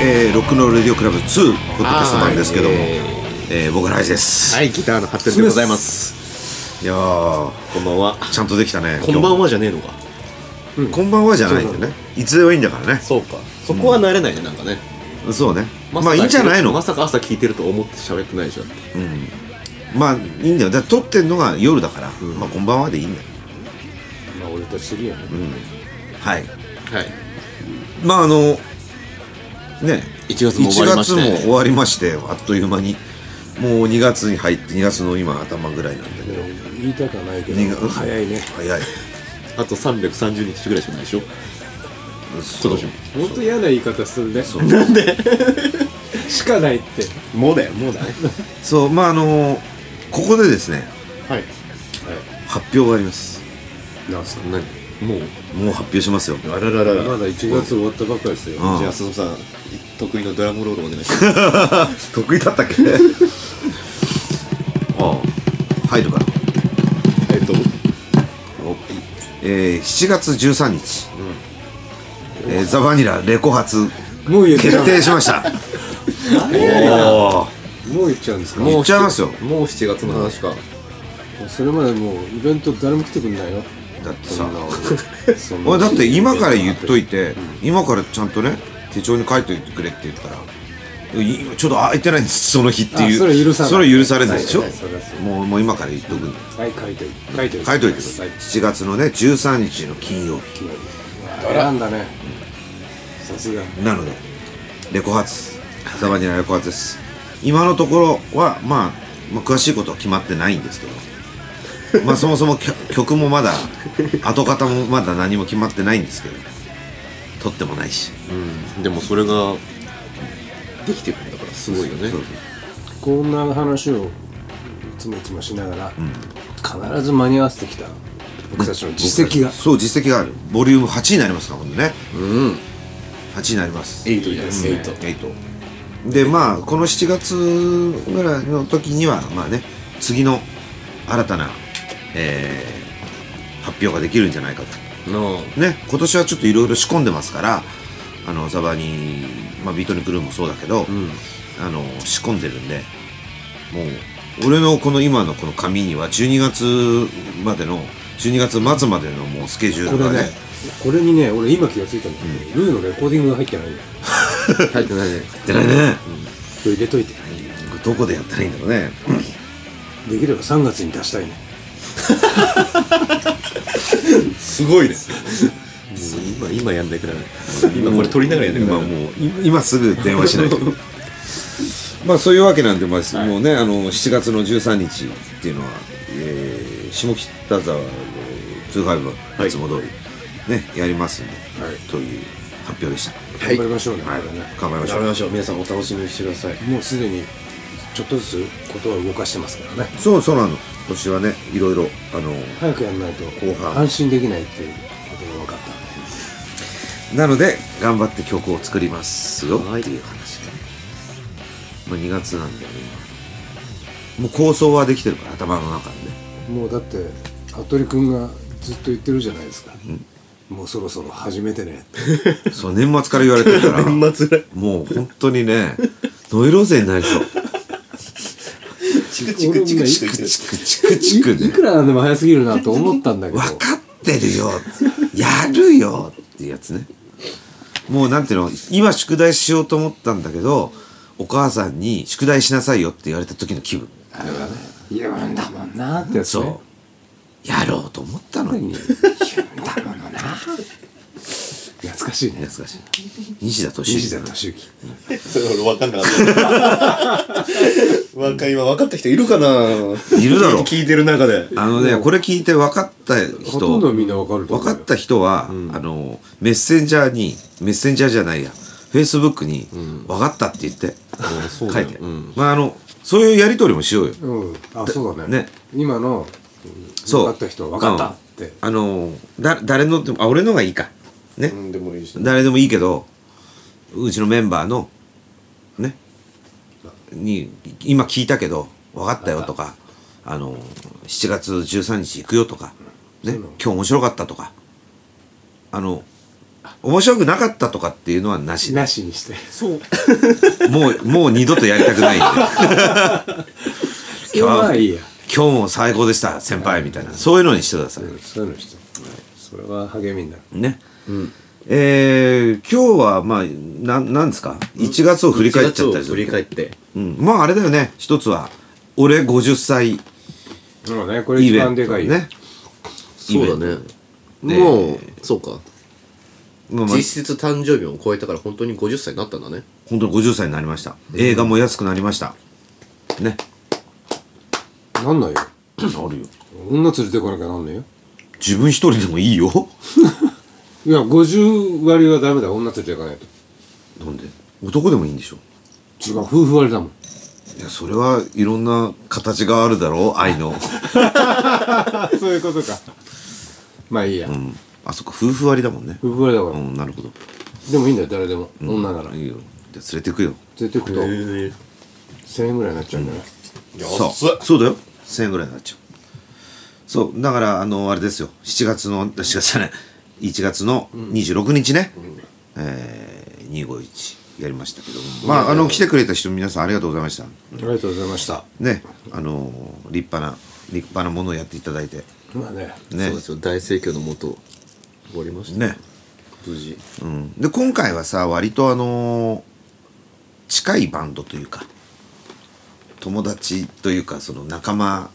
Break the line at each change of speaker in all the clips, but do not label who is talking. えー、ロックンロールレディオクラブ2ポッドキャストなんですけども、
はい
えー僕らイジです、
はい、ギターの発展でございます。
い、やー
こんばんは。
ちゃんとできたね
こんばん
は
はじゃねえのか。
こんばんはじゃないんだよねいつでもいいんだからね
そうか。そこは慣れないね、なんかね。
そうねま
さか
あいいんじゃないの、
まさか朝聞いてると思って喋ってないでしょ。
まあいいんだよだから撮ってんのが夜だから、まあこんばんはでいいんだよ
まあ、俺と知りやね。
はい
はい。
まああのね
1月も終わりまし
1
て
月も終わりましてあっという間にもう2月に入って2月の今頭ぐらいなんだけど
言いたくはないけ
二月
ど早いね
早い
あと330日ぐらいしかないでしょ。
そ
今
う
年
本当嫌な言い方するね
う
なんでしかないって
も。もうだよ、もうだね。
そうまああのここでですね
はい。
発表があります
なんすか
何もう。
もう発表します よ
あららら
まだ1月終わったばっかですよ
うん
じゃあ、そのさん、得意のドラムロールお願いします。
得意だったっけ ああ入るかな
えっと、
えー、7月13日、えーザ・バニラレコ発
もう言っちゃ
決
う
定しましたお
もう言っちゃうんですか
言っちゃいますよ
もう7月の話か。
それまでもうイベント誰も来てくんないよ
ーだって
そ
さ
んなそんな
俺だって今から言っといて、今からちゃんとね手帳に書いといてくれって言ったらいちょっと空いてないんですその日っていう
あそれ許さない
それ許されないでしょ
はいそれはそう
もうもう今から言っとくんで
はい書いてる書いてる
書いといてくだ
は
さい
い
7月のね13日の金曜日
選んだねさすが
なのでレコ発ザバニラレコ発です今のところは、まあ、まあ詳しいことは決まってないんですけどまあそもそもきょ 曲もまだ跡形もまだ何も決まってないんですけど撮ってもないし
うん。でも、それが、できてるんだから、すごいよね
そう。
こんな話をいつもいつもしながら、必ず間に合わせてきた僕たちの実績が
そう実績があるボリューム8になりますから今度ね
うん。
8になります
エイトですね。エイト。
8でまあこの7月ぐらいの時にはまあね次の新たな、えー発表ができるんじゃないかと
の
ね今年はちょっといろいろ仕込んでますからあのザバに、まあ、ビートニクルーもそうだけど、あの仕込んでるんでもう俺のこの今のこの紙には12月までの12月末までのもうスケジュー
こ
ル
れ
が
ね
ね
これにね俺今気がついたんだけど、ルーのレコーディングが入ってないんだよ
入ってないね。
でね、
これ入れといて
どこでやったらいいんだろうね
できれば3月に出したいね
すごいね。今、今やんないくらい。今これ撮りながらやんないく
今
ら
も
い。
うい今すぐ電話しないと まあそういうわけなんで、まあもうねあの7月の13日っていうのは、えー下北沢の25いつも通り、ねやりますんで、という発表でした
頑張りましょうね、これね
頑張りましょう
ましょう。皆さんお楽しみにしてください。
もうすでにちょっとずつことは動かしてますからね
そうそうなの今年はねいろいろあの
早くやんない
後半
と安心できないっていうことが分かったんで
なので頑張って曲を作りますよっていう話で、まあ、2月なんで今もう構想はできてるから頭の中でね
もうだって服部君がずっと言ってるじゃないですか、もうそろそろ始めてねって
そう年末から言われてるから
年末ぐらい
もう本当にねノイローゼになりそう
チクチクチクチクチ
チクチクチク
い
ね
くらなんでも早すぎるなと思ったんだけど
分かってるよやるよっていうやつねもうなんていうの今宿題しようと思ったんだけどお母さんに宿題しなさいよって言われた時の気分
言うんだもんなってやつ、ね、
そうやろうと思ったのに
だも のな懐かしいね
懐かしい西田敏
西
行
田敏行
ク。それ俺分かんなかった。わか今分かった人いるかない
いるだろう
聞いてる中で。
あのねこれ聞いて分かった
ほとんど
人
みんなわかると
分
思う
か
よ
った人は、あのメッセンジャーにメッセンジャーじゃないやフェイスブックに「分かった」って言って、
そうだ
書
よ
いて、まああのそういうやり取りもしようよ、
うんあそうだね
ね
今の
そう
分かった人は分かったって、
うんあのだ誰のでもあ俺のがいいかね、
うん、でもいいし。
誰でもいいけどうちのメンバーのねに今聞いたけど分かったよとかあの7月13日行くよとか、ね、今日面白かったとかあの面白くなかったとかっていうのはなし
なしにして
そう
もうもう二度とやりたくないんで
今日はいいや
今日も最高でした先輩みたいなそういうのにしてください
うんそういうのしてそれは励みになる
ね、えー今日はまあななんですか1月を振り返っちゃったりす
振
る
り返って
うん、まああれだよね一つは俺50歳
そうねこれ
イ
一
ベ
番
ン
で
ト
かいよ
ね
そうだね
で
もうそうか
まあまあ
実質誕生日も超えたから本当に50歳になったんだね
本当に50歳になりました映画も安くなりましたね
なんないよ
あるよ
女連れてこなきゃなんないよ
自分一人でもいいよ
いや50割はダメだ女連れていかないと
なんで男でもいいんでしょ
違う夫婦割だもん
いやそれはいろんな形があるだろう愛 の
そういうことかまあいいや、
うんあそっか夫婦割だもんね
夫婦割だから、
うんなるほど
でもいいんだよ誰でも、女なら
いいよじゃあ連れてくよ
連れてくと
え
1000円ぐらいになっちゃうんだよね、
そうそうだよ1000円ぐらいになっちゃうそうだからあのあれですよ7月の7月じゃない1月の26日ね、えー、251やりましたけどもまああの来てくれた人皆さんありがとうございました
ありがとうございました
ねあの立派な立派なものをやっていただいて
まあね
ね
そうですよ大盛況のもと終わりました
ね、
無事
うん、で今回はさ割とあの近いバンドというか友達というかその仲間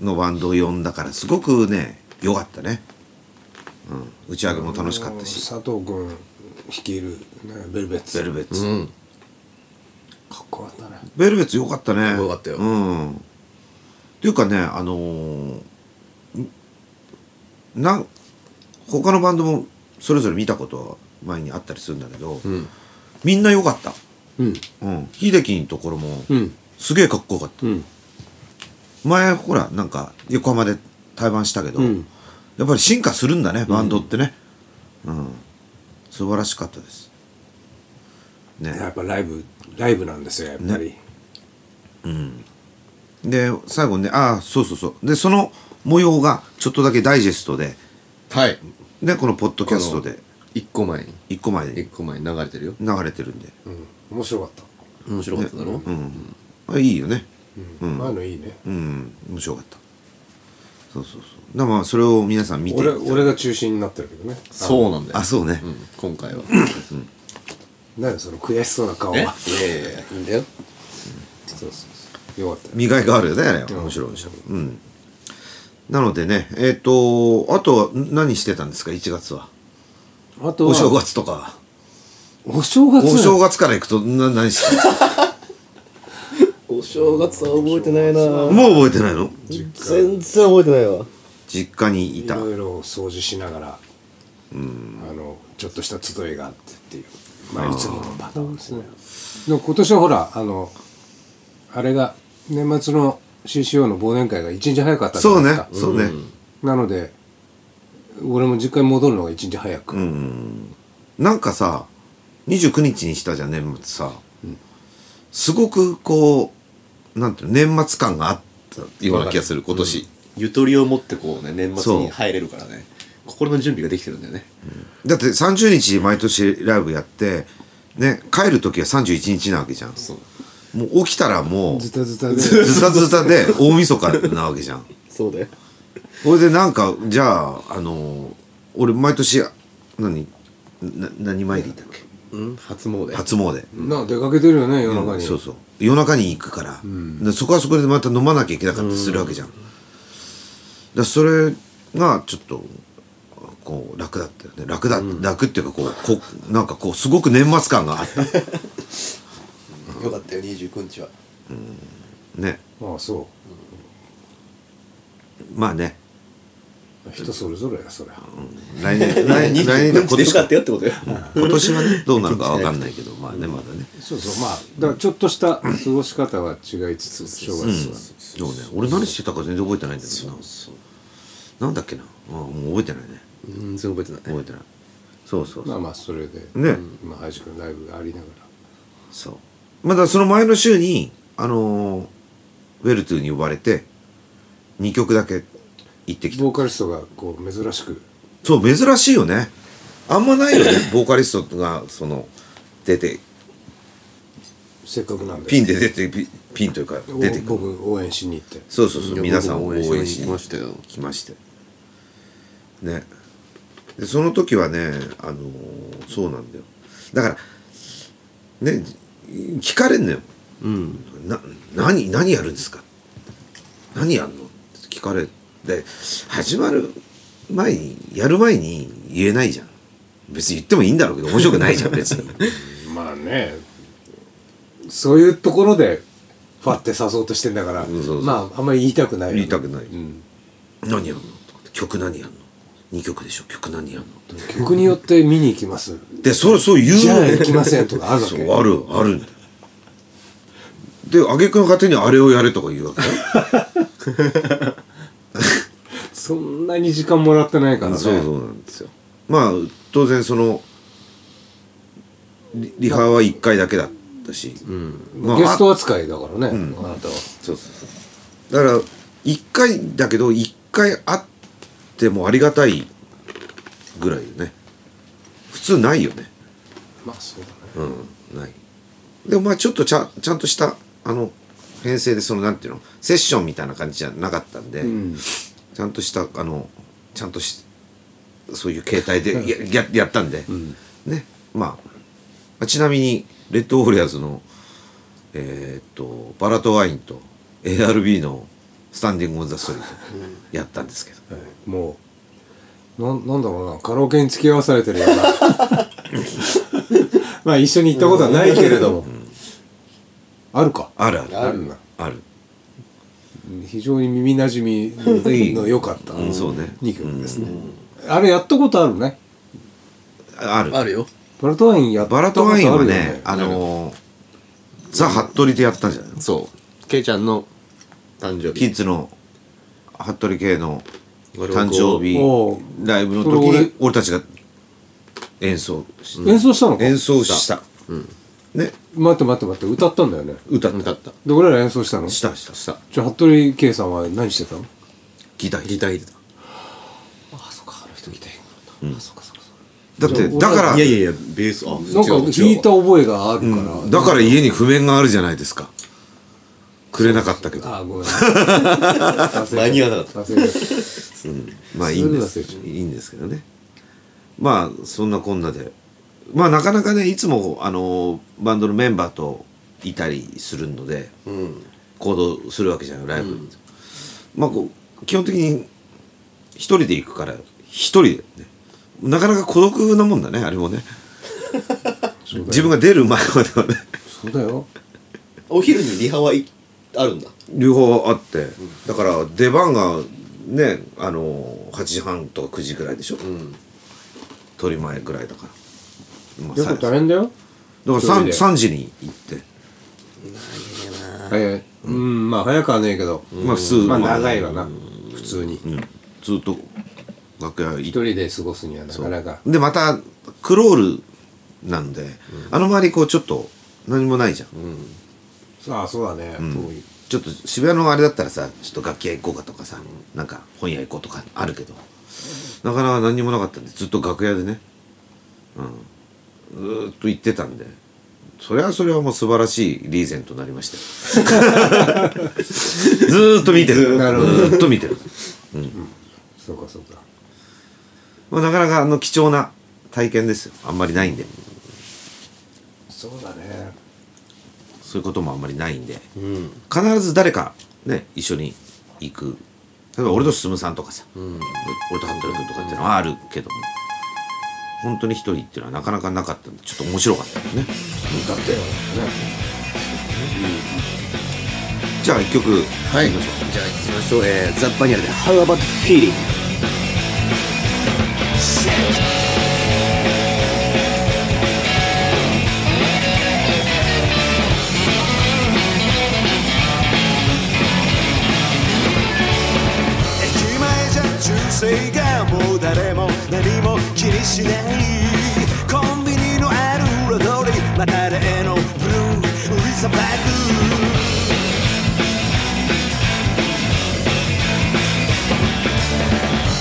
のバンドを呼んだからすごくね良かったね、うん、打ち上げも楽しかったし
佐藤君率いる、ね、ベルベッツ
ベルベッ
う
ツ、
ん
かっこよかったね
ベルベッツ良かったね
良かったよ
うんっていうかねあのーんなん他のバンドもそれぞれ見たこと前にあったりするんだけど、
うん
みんな良かった
うん
うん、秀樹のところも、
うん
すげえかっこよかった
うん
前ほらなんか横浜で対バンしたけど、
うん
やっぱり進化するんだねバンドってねうん、素晴らしかったですね
やっぱライブライブなんですよやっぱり、
で最後にねああそうそうそうでその模様がちょっとだけダイジェストで
はい
でこのポッドキャストで
一個前に
1個前
一
に
個前に流れてるよ
流れてるんで、
うん、面白かった、
面白かっただろ
うんあいいよね
うん、前のいいね
うん面白かったそうそうそうだからまあそれを皆さん見て
俺俺が中心になってるけどね
そうなんだよ
あそうね、
うん今回は
何その悔しそうな顔は
えいやいやいやいいんだよ
そうそうそうよかったよ
見がいがあるよねあれ面白い面白いうんなのでねえっ、とあとはん何してたんですか1月は
あとは
お正月とか
お正月
お正月から行くとな何してた
お正月は覚えてないな
もう覚えてないの
全然覚えてないわ
実家にい
い
た
ろいろ掃除しながら、あのちょっとした集いがあってっていうまあいつものパターンですねでも今年はほらあのあれが年末の CCO の忘年会が一日早かったじゃ
そう
ない
ね
ですか
そうね
なので俺も実家に戻るのが一日早く、
なんかさ29日にしたじゃん年末さ、すごくこうなんていうの年末感があったような気がする今年、
ゆとりを持ってこうね年末
そう
に入れるからね心の準備ができてるんだよね
だって30日毎年ライブやってね帰る時は31日なわけじゃん
そう
もう起きたらもう
ズタズタで
ズタズタで大晦日なわけじゃん。
そうだよ
それでなんかじゃああの俺毎年何な何参りだっけ
うん初詣
初詣、
なんか出かけてるよね夜中に、
そうそう夜中に行くから、でそこはそこでまた飲まなきゃいけなかったりするわけじゃん、だからそれがちょっとこう楽だったよね楽だ、楽っていうかこうこうなんかこうすごく年末感があ った
よかったよ29日は
ね
ああそ
まあね
う人それぞれやそりゃ
来年 来年来年今
29日でよ
年
か
か
ったよってことよ
今年はねどうなるかわかんないけどまあねまだね
そうそうまあだからちょっとした過ごし方は違いつつ正月は、
そうね俺何してたか全然覚えてないんだけどななんだっけなあもう覚えてないね
全然覚えてない
覚えてないそうそう
ま
そ
あ
う
まあそれで、
ね
まあ林くんライブがありなが
そうまだその前の週にあのーウェルトゥーに呼ばれて2曲だけ行ってき
ら
た
ボーカリストがこう珍しく
そう珍しいよねあんまない よねボーカリストがその出て
せっかくなんで
ピンで出てピピンというか
お
出てくる
僕応援しに行って
そうそうそう
いや
皆さんを応
僕も応
援
援
し
し
に
に
来
来
ま
ま
し
してたよ
ねでその時はねあのーそうなんだよだからね聞かれんのよ
うん
な何何やるんですか何やんのって聞かれて始まる前にやる前に言えないじゃん別に言ってもいいんだろうけど面白くないじゃん別 に
まあねそういうところでファって誘おうとしてんだか
う
ら、
んそうそう
まああんまり言いたくないよね
言いたくない
うん
何やんのとかって曲何やんの2曲でしょ曲何やんのとか
曲によって見に行きます
でそうそう言うの
じゃあ行きませんとかあるわけ
そうあるあるんだよで挙句の果てにあれをやれとか言うわ け
そんなに時間もらってないからね
そうそうなんですよまあ当然そのリリハは1回だけだったし、まあ
ゲスト扱いだからね、あなたは
そうそうそうだから1回だけど1回あってもありがたいぐらいよね普通ないよね
まあそうだね
うんないでもまあちょっとちゃちゃんとしたあの編成でそのなんていうのセッションみたいな感じじゃなかったんで、
ん
ちゃんとしたあのちゃんとしそういう形態でやややったんで、ねまあまあちなみにレッドウォリアーズのえーっとバラとワインと ARB のスタンディング・オン・ザ・ストリートやったんですけど、
もうなんなんだろうなカラオケに付き合わされてるような まあ一緒に行ったことはないけれども、あるか
あるある
あるな
ある
非常に耳なじみの良かった
うんそうね
2曲ですね、あれやったことあるね
ある
あるよ
バラトワインやった
バラ
こと
ト
あ
ワ
る
イン
よ
は
ね
ね、あのー、ザ・ハットリでやったんじゃないの
そうケイちゃんの誕生
キ
日
ッズの服部系の
俺は
誕
こう
生日
おう
ライブの時
それ俺
に俺たちが演奏し
演奏したのか
演奏した、ね
待って待って待って歌ったんだよね
歌っ
歌
た
った
で俺ら演奏したの
したした
した
じゃあ服部圭さんは何してたの
ギター弾い
ギター入れた
あそっかあの人来てあそっかそっか
ただって
じゃあ
だから
いやいやいやベースあ
なんか
違う違う
弾いた覚えがあるから、
だから家に譜面があるじゃないですかくれなかったけど
あごめん
間に合わなか
った忘れた
まあいいんで
そ
す
れで忘れちゃう
いいんですけどねまあそんなこんなでまあなかなかねいつもあのバンドのメンバーといたりするので
うん
行動するわけじゃないライブ、まあこう基本的に一人で行くから一人でねなかなか孤独なもんだねあれもね 自分が出る前まではね
そうだよ
お昼にリハはいあるんだ
両方あってだから出番がねあの8時半とか9時ぐらいでしょ、
うん
取り前ぐらいだから、まあ、
よ
さ
く
だか
大変だよ
ら 3, 3時に行って、
早いうんまあ早くはねえけど
まあ普通
まあ長いわな普通に
うん、ずっと楽屋行って
一人で過ごすにはなかなか
でまたクロールなんで、あの周りこうちょっと何もないじゃん、
ああそうだね遠い
ちょっと渋谷のあれだったらさちょっと楽器屋行こうかとかさ、なんか本屋行こうとかあるけどなかなか何にもなかったんでずっと楽屋でね、うん、ずーっと行ってたんでそれはそれはもう素晴らしいリーゼントになりました よずーっと見てる
なるほど
ずーっと見てる、
そうかそうか
まあ、なかなかあの貴重な体験ですよあんまりないんで
そうだね
そういうこともあんまりないんで、
うん
必ず誰かね一緒に行く例えば俺と進さんとかさ、俺と服部君とかっていうのはあるけども本当に一人っていうのはなかなかなかったんでちょっと面白かったよね
歌ってよね
じゃあ一曲
はいじゃあ行きましょうえーザ・バニラで「How About Feeling」
駅前じゃ純粋がもう誰も何も気にしないコンビニのある裏通りまた例のブルー売りさばく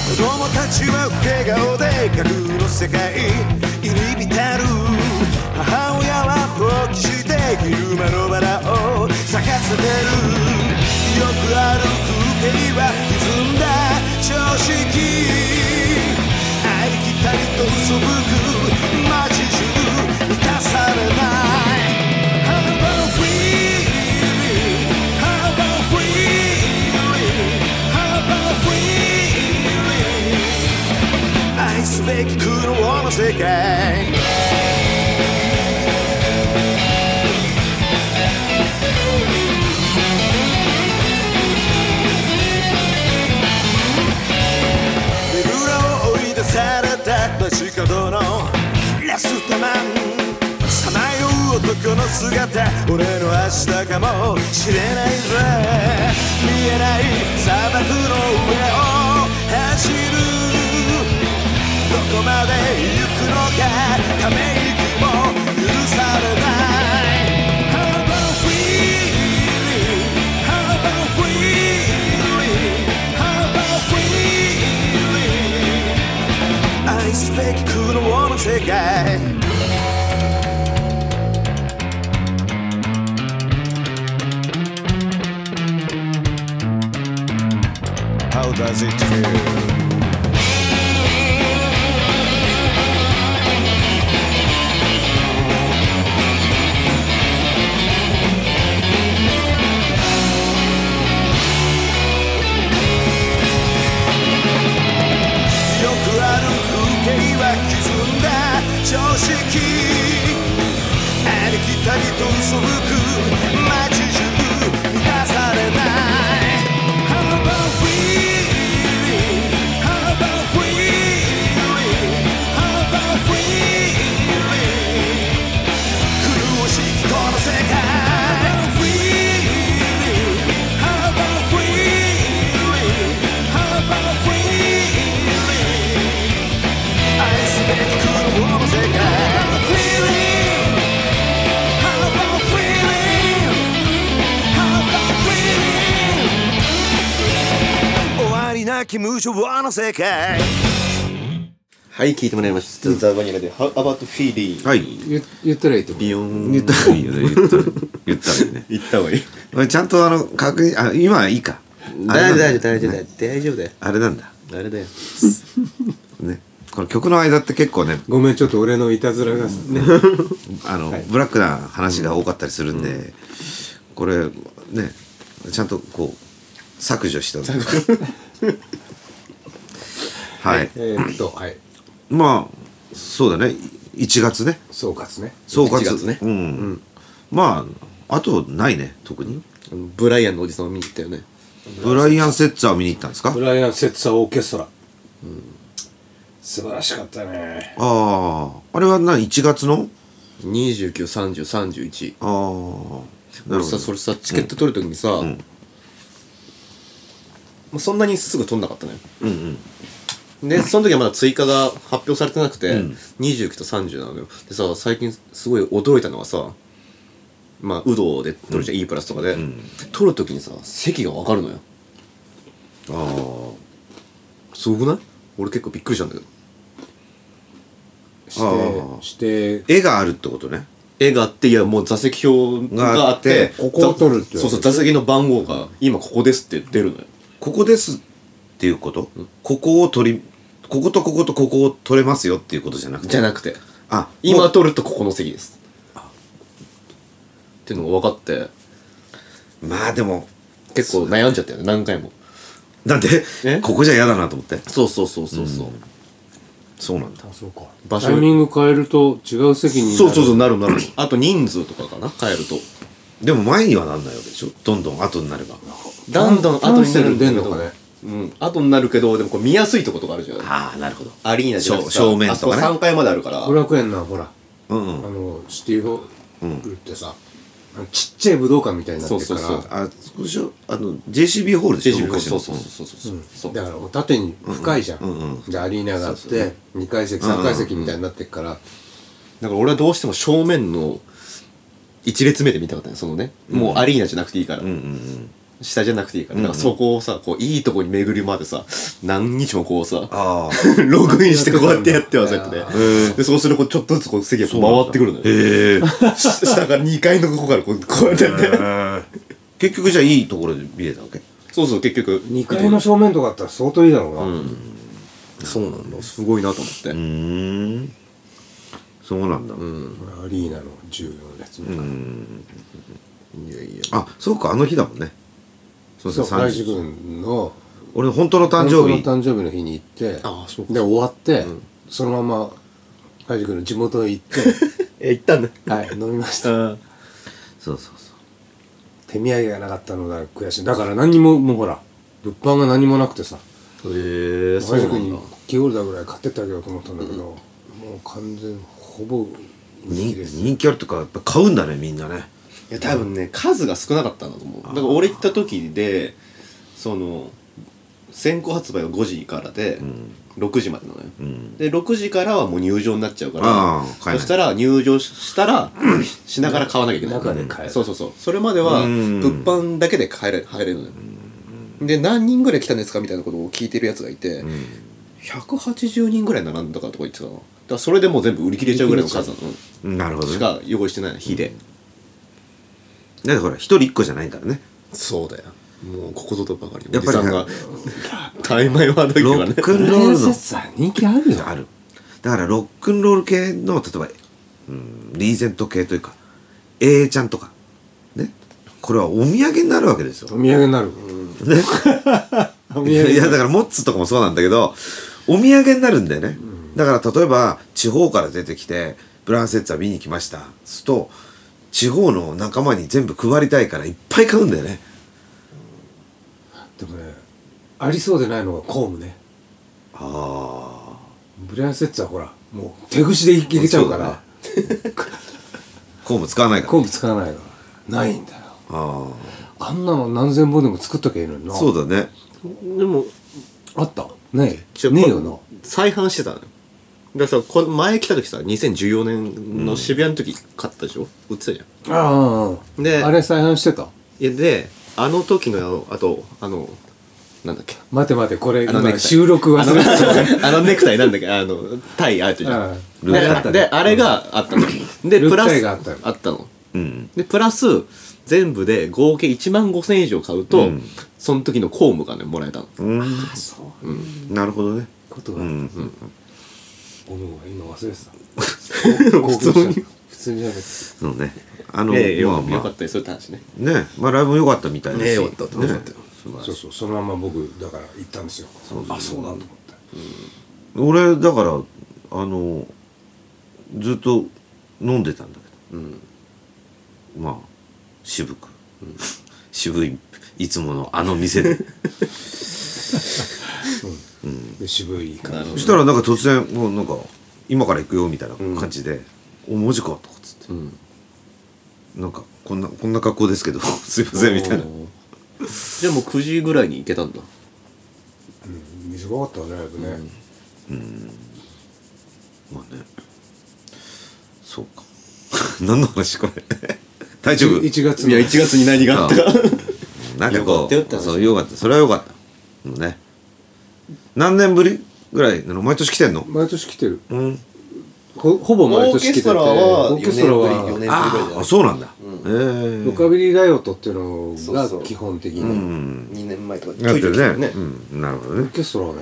子供たちまう笑顔で架空の世界入り浸る母親は放棄して昼間のバラを咲かせてるよくある風景は歪んだ常識ありきたりと嘘ぶく街中満たされない How about freely? How about freely? How about freely? 愛すべき苦労の世界目黒を追い出された街角のレストランさまよう男の姿俺の明日かもしれないぜ見えない砂漠の上を走るどこまで行くのかため息も許されない How about freely? How about freely? How about freely? 愛すべき苦労の世界よくある風景は歪んだ常識ありきたりと嘘吹く街中満たされない How about freely? How about freely? How about freely? 苦しいこの世界 How about freely? How about freely? How about freely? 愛すべき苦労の世界 How about freely? How about freely? How about freely? 終わりなき無償の世界
はい、聞いてもらいました。ザ・バニラで、How about feeling?
はい
言言ったらいいと思う
ビヨーン。
言ったらいいよね言ったら言ったらいいね
行った方がいい。
これちゃんとあの確認あ今はいいかあれなんだ
大丈夫だよ。大丈夫だよ。
あれなんだ
あれだよ。
ねこの曲の間って結構ね
ごめんちょっと俺のいたずらがね
あの、ブラックな話が多かったりするんで、これねちゃんとこう削除したんではい
えーっとはい
まあそうだね1月ね
総括ね
総括
1月ね
うん、まああとないね特に
あのブライアンのおじさんを見に行ったよね。
ブライアン・セッツァーを見に行ったんですか
ブライアン・セッツァーオーケストラ、素晴らしかったね
あああれは何1月の
29、30、31。
ああな
俺
るほ
さ、
ど
それさ、チケット取るときにさ、まあそんなにすぐ取んなかったのよ。で、その時はまだ追加が発表されてなくて、29と30なのよ。でさ、最近すごい驚いたのはさ、まあ、有働で取るじゃん、E プラスとかで、取るときにさ、席がわかるのよ。
あー
すごくない俺結構びっくりしたんだけど。
して
あー
して
絵があるってことね
絵があって、いや、もう座席表があっ
があ
て、
ってこ
こを取るって
そうそう、座席の番号が、今ここですって出るのよ。
ここですっていうこと、ここを取りこことこことここを取れますよっていうことじゃなくて
じゃなくて。
あも
今
う
取るとここの席ですっていうのが分かって
まあでも
結構悩んじゃったよね何回も
なん
え
でここじゃ嫌だなと思って
そうそうそうそうそう
そうなんだ
あそうか
場所
タイミング変えると違う席になる
そうそうそうなるなるあと人数とかかな変えると
でも前にはなんないわけでしょどんどん後になれば
だんだん
キャン
後になる
キャンセル出んのかね
うん後になるけどでもこう見やすいとことかあるじゃん
ああなるほど
アリーナじゃなくてさ
正正面
あそこと
かね
3階まであるから
500円なほら
うん
あ
うん
のシティホールってさ、あのちっちゃい武道館みたいになってるから
そうそうそ
あそこでしょあの JCB ホールでしょ
JCB
昔
そ
の
うそうそうそうそう
だからお縦に深いじゃん,、でアリーナがあって2階席3階席みたいになってっから、
だから俺はどうしても正面の一列目で見たかったねそのねもうアリーナじゃなくていいから下じゃなくていいから、なんかそこをさこういいとこに巡りまでさ何日もこうさ
ああ
ログインしてこうやってやってはさってね
ー
でそうするとこうちょっとずつこう席がこう回ってくるのよ
へえ
し 下から2階のとこからこうこうやってやって
結局じゃあいいところで見れたわけ
そうそう結局
2階の正面とかだったら相当いいだろうな、
そうなんだすごいなと思って、
うーんそうなんだ、
アリーナの14列目、
いやいや
あそうかあの日だもんねそう
そ
そうう
大志
30
君の
俺の本当の誕生
本
日
当の誕生日の日に行って
ああそうか
で終わって、そのまま大志君の地元へ行って
え行ったんだ
はい飲みまし
う
た
ん
そうそうそう
手土産がなかったのが悔しいだから何にももうほら物販が何もなくてさ
へえそ
大
う
志
な
君
んだ
にキーホルダーぐらい買ってってあげようと思ったんだけど、もう完全ほぼ売り切
人
れです
人気あるとかやっぱ買うんだねみんなね
いや多分ね数が少なかったんだと思うだから俺行った時でその先行発売は5時からで、6時までなのよ、
ん
で6時からはもう入場になっちゃうか
ああ買えない
らそしたら入場したらしながら買わなきゃいけない
中で買える
そうそうそうそれまでは
うん
物販だけで買える入れるのよで何人ぐらい来たんですかみたいなことを聞いてるやつがいて、180人ぐらい並んだからとか言ってたのだからそれでもう全部売り切れちゃうぐらいの数なの
なるほど、
し
ね、だっ
か用意してない日で、
てほら一人一個じゃないからね
そうだよもうここぞとばかり
やっ
おじ
ぱり
さんが大枚はだけ
ロ
はね
ックンロー
伝
ルの
説さ人気あるよ
あるだからロックンロール系の例えば、うん、リーゼント系というか A ちゃんとかねこれはお土産になるわけです
お土
よ、
産になる、
ね、
お
い
土産
やだからモッツとかもそうなんだけどお土産になるんだよね、だから例えば地方から出てきてブランセッツァ見に来ましたすると地方の仲間に全部配りたいからいっぱい買うんだよね
でもねありそうでないのが公務ね
ああ
ブランセッツはほらもう手口でいけちゃうから
こうも使わないから
公務使わないからないんだよ
あ
あんなの何千本でも作っときゃいいのにな
あそうだね
でも
あったね
ち
え
ょ
ねえよな
再販してたのよだからさこの前来た時さ2014年の渋谷の時買ったでしょ、売ってたじゃん
ああ
で
あれ再販してた
いやであの時のあとあのなんだっけ
待て待てこれ
あのネク
今
タイ
収録忘れてた
あのネクタイなんだっけあのタイあるじゃ
うんん
ルッタイあった
でであれがあったので
ルッ
プラ
タイ
ス
があったの
あったの
うん
でプラス全部で合計1万5000円以上買うと、
うん
その時の公務がねもらえたの
うん
そう
なるほどね
こと
う
が
ん
ごめんごめん今忘れてた興奮しちゃった普通に喋って
そうね。あの、
ええ
まあ
よかったよ
ま
か
あ
っ、たですそういった話ね
ね、まあライブも良かったみたいですし。
ね良かった良かった
ね
そうそうそのまま僕だから行ったんですよあそうなんと思って
俺、だから、あの、ずっと飲んでたんだけど。まあ、渋く。 渋い、いつものあの店で。
で渋い感
そしたらなんか突然、もうなんか、今から行くよみたいな感じで、お、文字かとかっつって。
ん
なんか、こんな、こんな格好ですけど、 すいませんみたいな。
じゃあもう9時ぐらいに行けたんだ
じ短かったねライブね
まあね。そうか。 何の話これ。 大丈夫
1月
い
の
や1月に何があったか
なんかこ
よかったよって
う、
話
そう、よかった。それはよかった。もうね。何年ぶりぐらいなの毎年来てんの
毎年来てる
うん。
ほほぼ毎年来てて
オーケストラは
オーケストラ
四年ぶり四年
は
ああ、そうなんだ。え
ロカビリーライオットっていうの
そう
が
そう
基本的に
うん。
2年前とか
なってるね。
ね
うん。なるほどね
オー。ケストラはね、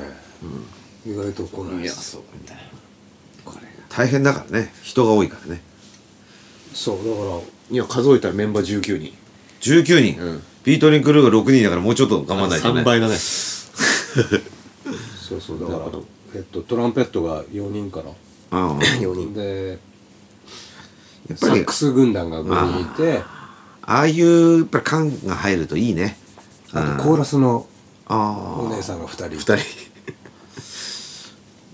意外と来ない
い
で
や
す
そうみたいな
大変だからね。人が多いからね。
そうだから
いや数えたらメンバー19人
19人。
うん
ビートニンクルーが6人だからもうちょっと頑張んないとね。
3倍だね
そうそうだか
な
ら
るほど
えっとトランペットが4人かな
うん。や
4人
で
っ
サ
ぱ
ッ
り
ク、ス軍団が5人いて
ああいう、やっぱり感が入るといいね。
あとコーラスの
ああ。
お姉さんが2人
2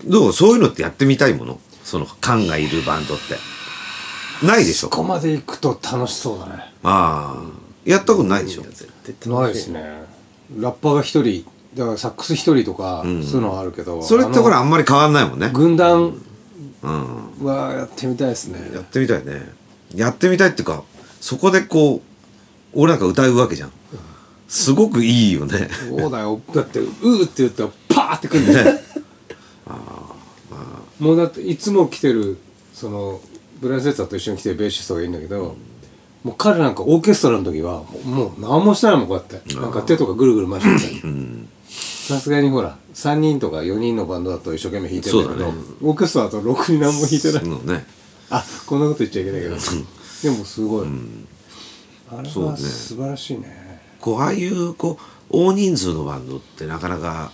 人
どうそういうのってやってみたいものその缶がいるバンドってないでしょ
そこまで行くと楽しそうだね
ああやったことないでしょ
ないですねラッパーが1人だからサックス1人とか、そういうのはあるけど
それってほら
あ
あんまり変わんないもんね
の軍団
うん
はやってみたいですね
やってみたいねやってみたいっていうかそこでこう俺なんか歌うわけじゃん、すごくいいよね
そうだよだって「うー」って言ったらパーってくるん だよもうだっていつも来てるそのブランセッサーと一緒に来てるベーシストがいるんだけど、もう彼なんかオーケストラの時はもうもう何もしてないもんこうやってなんか手とかぐるぐる回してたりさすがにほら3人とか4人のバンドだと一生懸命弾いてるんだけど
そうだね
オーケストラだとろくに何も弾いてない
そのね
あこんなこと言っちゃいけないけどでもすごい、あれ
そう
は
ね
素晴らしいね
こうああいうこう大人数のバンドってなかなか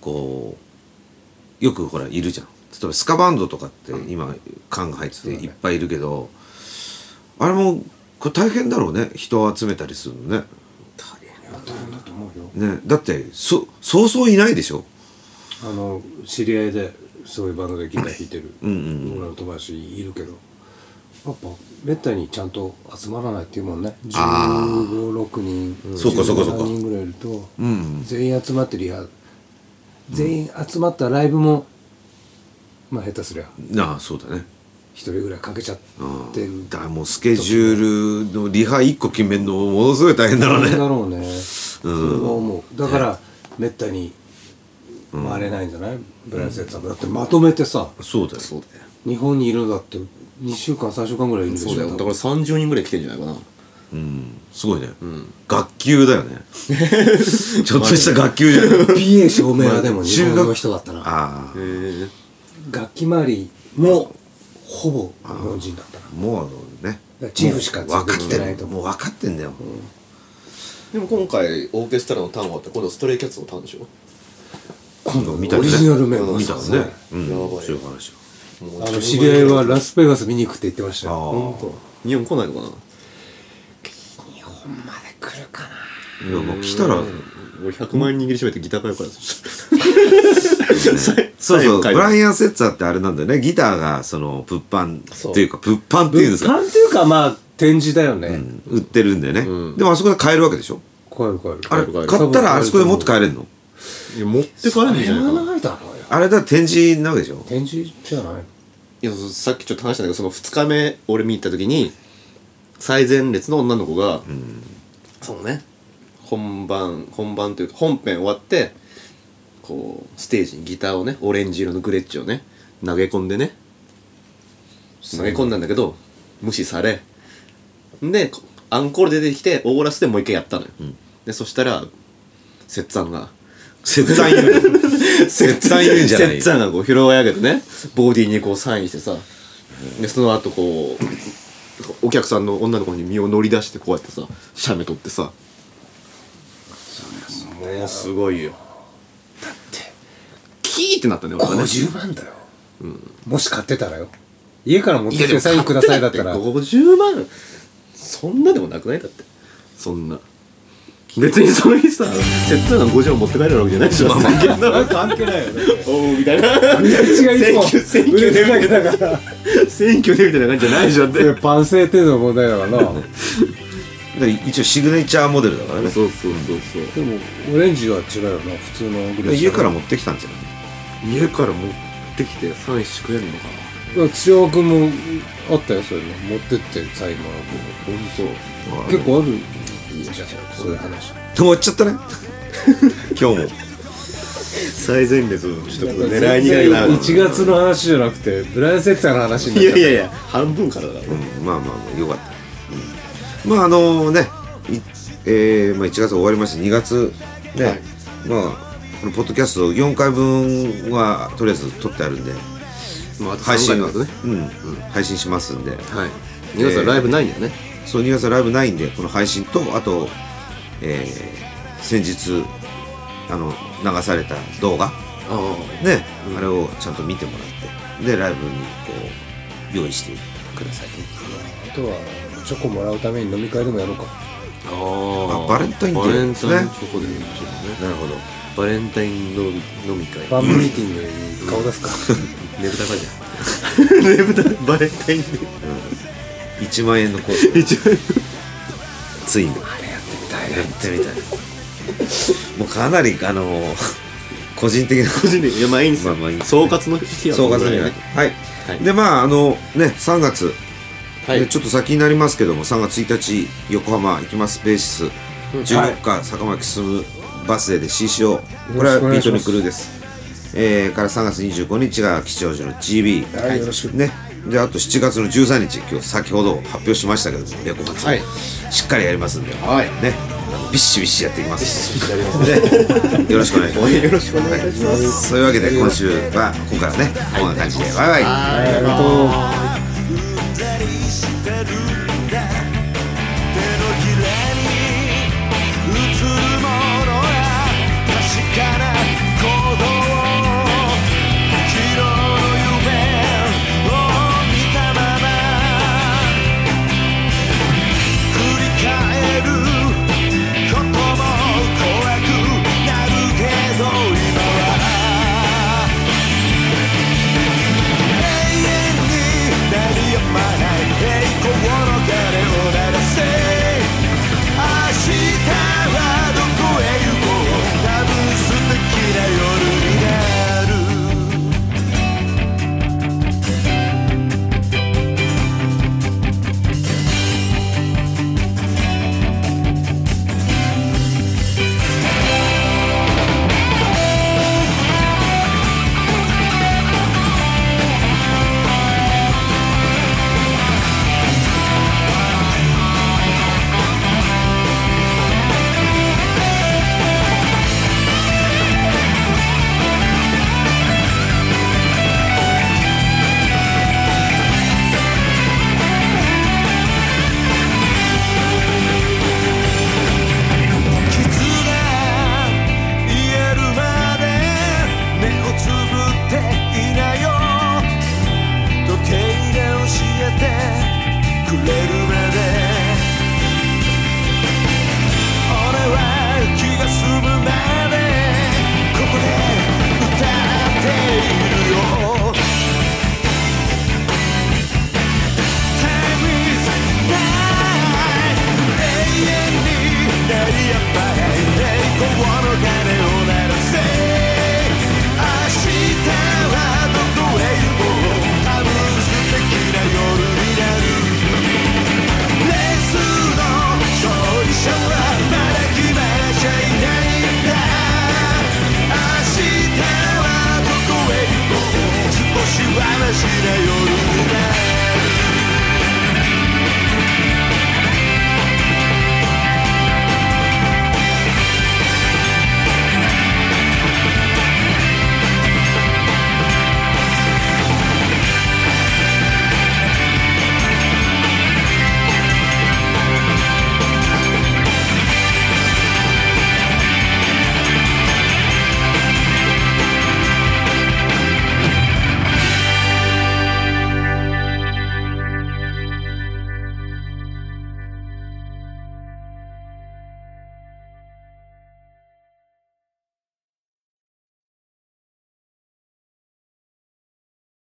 こうよくほらいるじゃん例えばスカバンドとかって今缶が入ってていっぱいいるけど、あれもこれ大変だろうね人を集めたりするのね
いや大変だと思うよ
ねだってそそうそういないでしょ
あの知り合いでそういうバンドでギター弾いてる
うんうん
俺の友達いるけどやっぱめったにちゃんと集まらないっていうもんね
あ
1 5 6人
そうかそうかそうか
17人ぐらいいると
うんうん
全員集まってリハ全員集まったライブもまあ下手すりゃ
なあそうだね
一人ぐらいかけちゃってる
だからもうスケジュールのリハ1個決めるのものすごい大変だろう
なん
ね
だろうね、それは思うだからめったに回れないんじゃない、ブランセッツさんもだってまとめてさ
そうだよ
そうだよ
日本にいるのだって2週間3週間ぐらいいるでしょ
そうだよだか
多
ら
分
30人ぐらい来てんじゃないかな
うんすごいね、学級だよねちょっとした学級じゃない
PA 照明はでも日本の人だったな
ああ
へえ
楽器周りもほぼ日本人だったなだか
もうね
らチーフしかつ
分か
い
って
き
て
て
る
ないと思
も
う
う分かってんだよ、
でも今回オーケストラの単語って今度ストレイキャッツの単語でしょ
今度見たり
オリジナルメンバー
見たらね
そう
うん
やばい
そういう話
あの知り合いはラスベガス見に行くって言ってましたよ
あ
日本来ないのかな
日本まで来るかない
やもう来たら
俺100万円握りしめてギタ ー買うから
そうそうブラ
イ
イアン・セッツァーってあれなんだよねギターがその物販
そう
っていうか物販っていうん
物
ですか
販っていうかまあ展示だよね、
売ってるんだよね、でもあそこで買えるわけでしょ
怖い怖い
あれ
買える
買ったらあそこでもっと
え
買えれるの
持って帰れるんじゃないかな
長いだろうよ
あれだって展示なわけでしょ
展示じゃない
いやそうさっきちょっと話したんだけどその2日目俺見に行った時に最前列の女の子が、そのね本番本番というか本編終わってこうステージにギターをねオレンジ色のグレッチをね投げ込んでね投げ込んだんだけど無視されでこアンコールで出てきてオーラスでもう一回やったのよ、でそしたらせっさんが
切断言うの 切断言うんじゃない
せっちゃんがこう拾い上げてねボディにこうサインしてさでその後こうお客さんの女の子に身を乗り出してこうやってさ写メ撮ってさもうすごいよだってキーってなったね俺はね
50万だよ、もし買ってたらよ家から持ってきてサインくださいだったら
50万そんなでもなくないだってそんな別にその日させっちゃんが50万持って帰れるわけじゃないでしょ
関係ないよね
おうみたいな
違が一
選挙選挙
本売れてるだけだから
選挙でみたいな感じじゃないでしょだって
それパン性程度の問題だからな
で一応シグネチャーモデルだからね
そうそうそうそう
でもオレンジは違うよな普通のグレー
家から持ってきたんじゃない
家から持ってきてサインしてくれるのかな
千代君もあったよそういうの持ってってサインもら
本
う結構あるじゃんそういう話
止まっちゃった ね今日も
当最前列をちょっと
1月の話じゃなくてブライアン・セッツァーの話になっ
い
ちゃ
や
った
いやいや半分からだから
うんまあまあまあよかった、うんまああのねいえーまあ、1月終わりまして2月ね、
はい
まあこのポッドキャスト4回分はとりあえず撮ってあるんで
まああと
配信
三回だとね
うん配信しますんで
はい皆さんライブないんだよね
そう2月はライブないんでこの配信とあと、えー先日あの流された動画
あ
ね、あれをちゃんと見てもらってでライブにこう用意してくださいね
あとはチョコもらうために飲み会でもやろうか
あ
あバレンタインデーですね
バレンタインチョコで飲みましょうね
なるほど
バレンタイン飲み飲み会
ファンミーティングに顔出すか
ねぶたかじゃんねぶた バレンタインデー
1万円のコース
一応
ついにあれやってみたいやってみたいもうかなりあの個人的な
個人で いやまあいいんですよ
まあまあいいです
総括の日は
総括に
は
はいはい、
はい
でまああのね3月、
は
で
い
ちょっと先になりますけども3月1日横浜行きますベーシス14日、坂巻進バースデーで CC をこれは
よろしくお願
ビ
い
ー
し
ト
ま
に
す
来るですえーから3月25日が吉祥寺の GB、
はいよろしく
ねであと7月の13日今日先ほど発表しましたけどもレコ発、
はい
しっかりやりますんで、
はい
ねあのビッシビシやっていきます
やります
でよろしくお願いします
よろしくお願いします
そういうわけで今週は今回はねこんな感じでバイバイ
はい
ありがとう
うっりしてる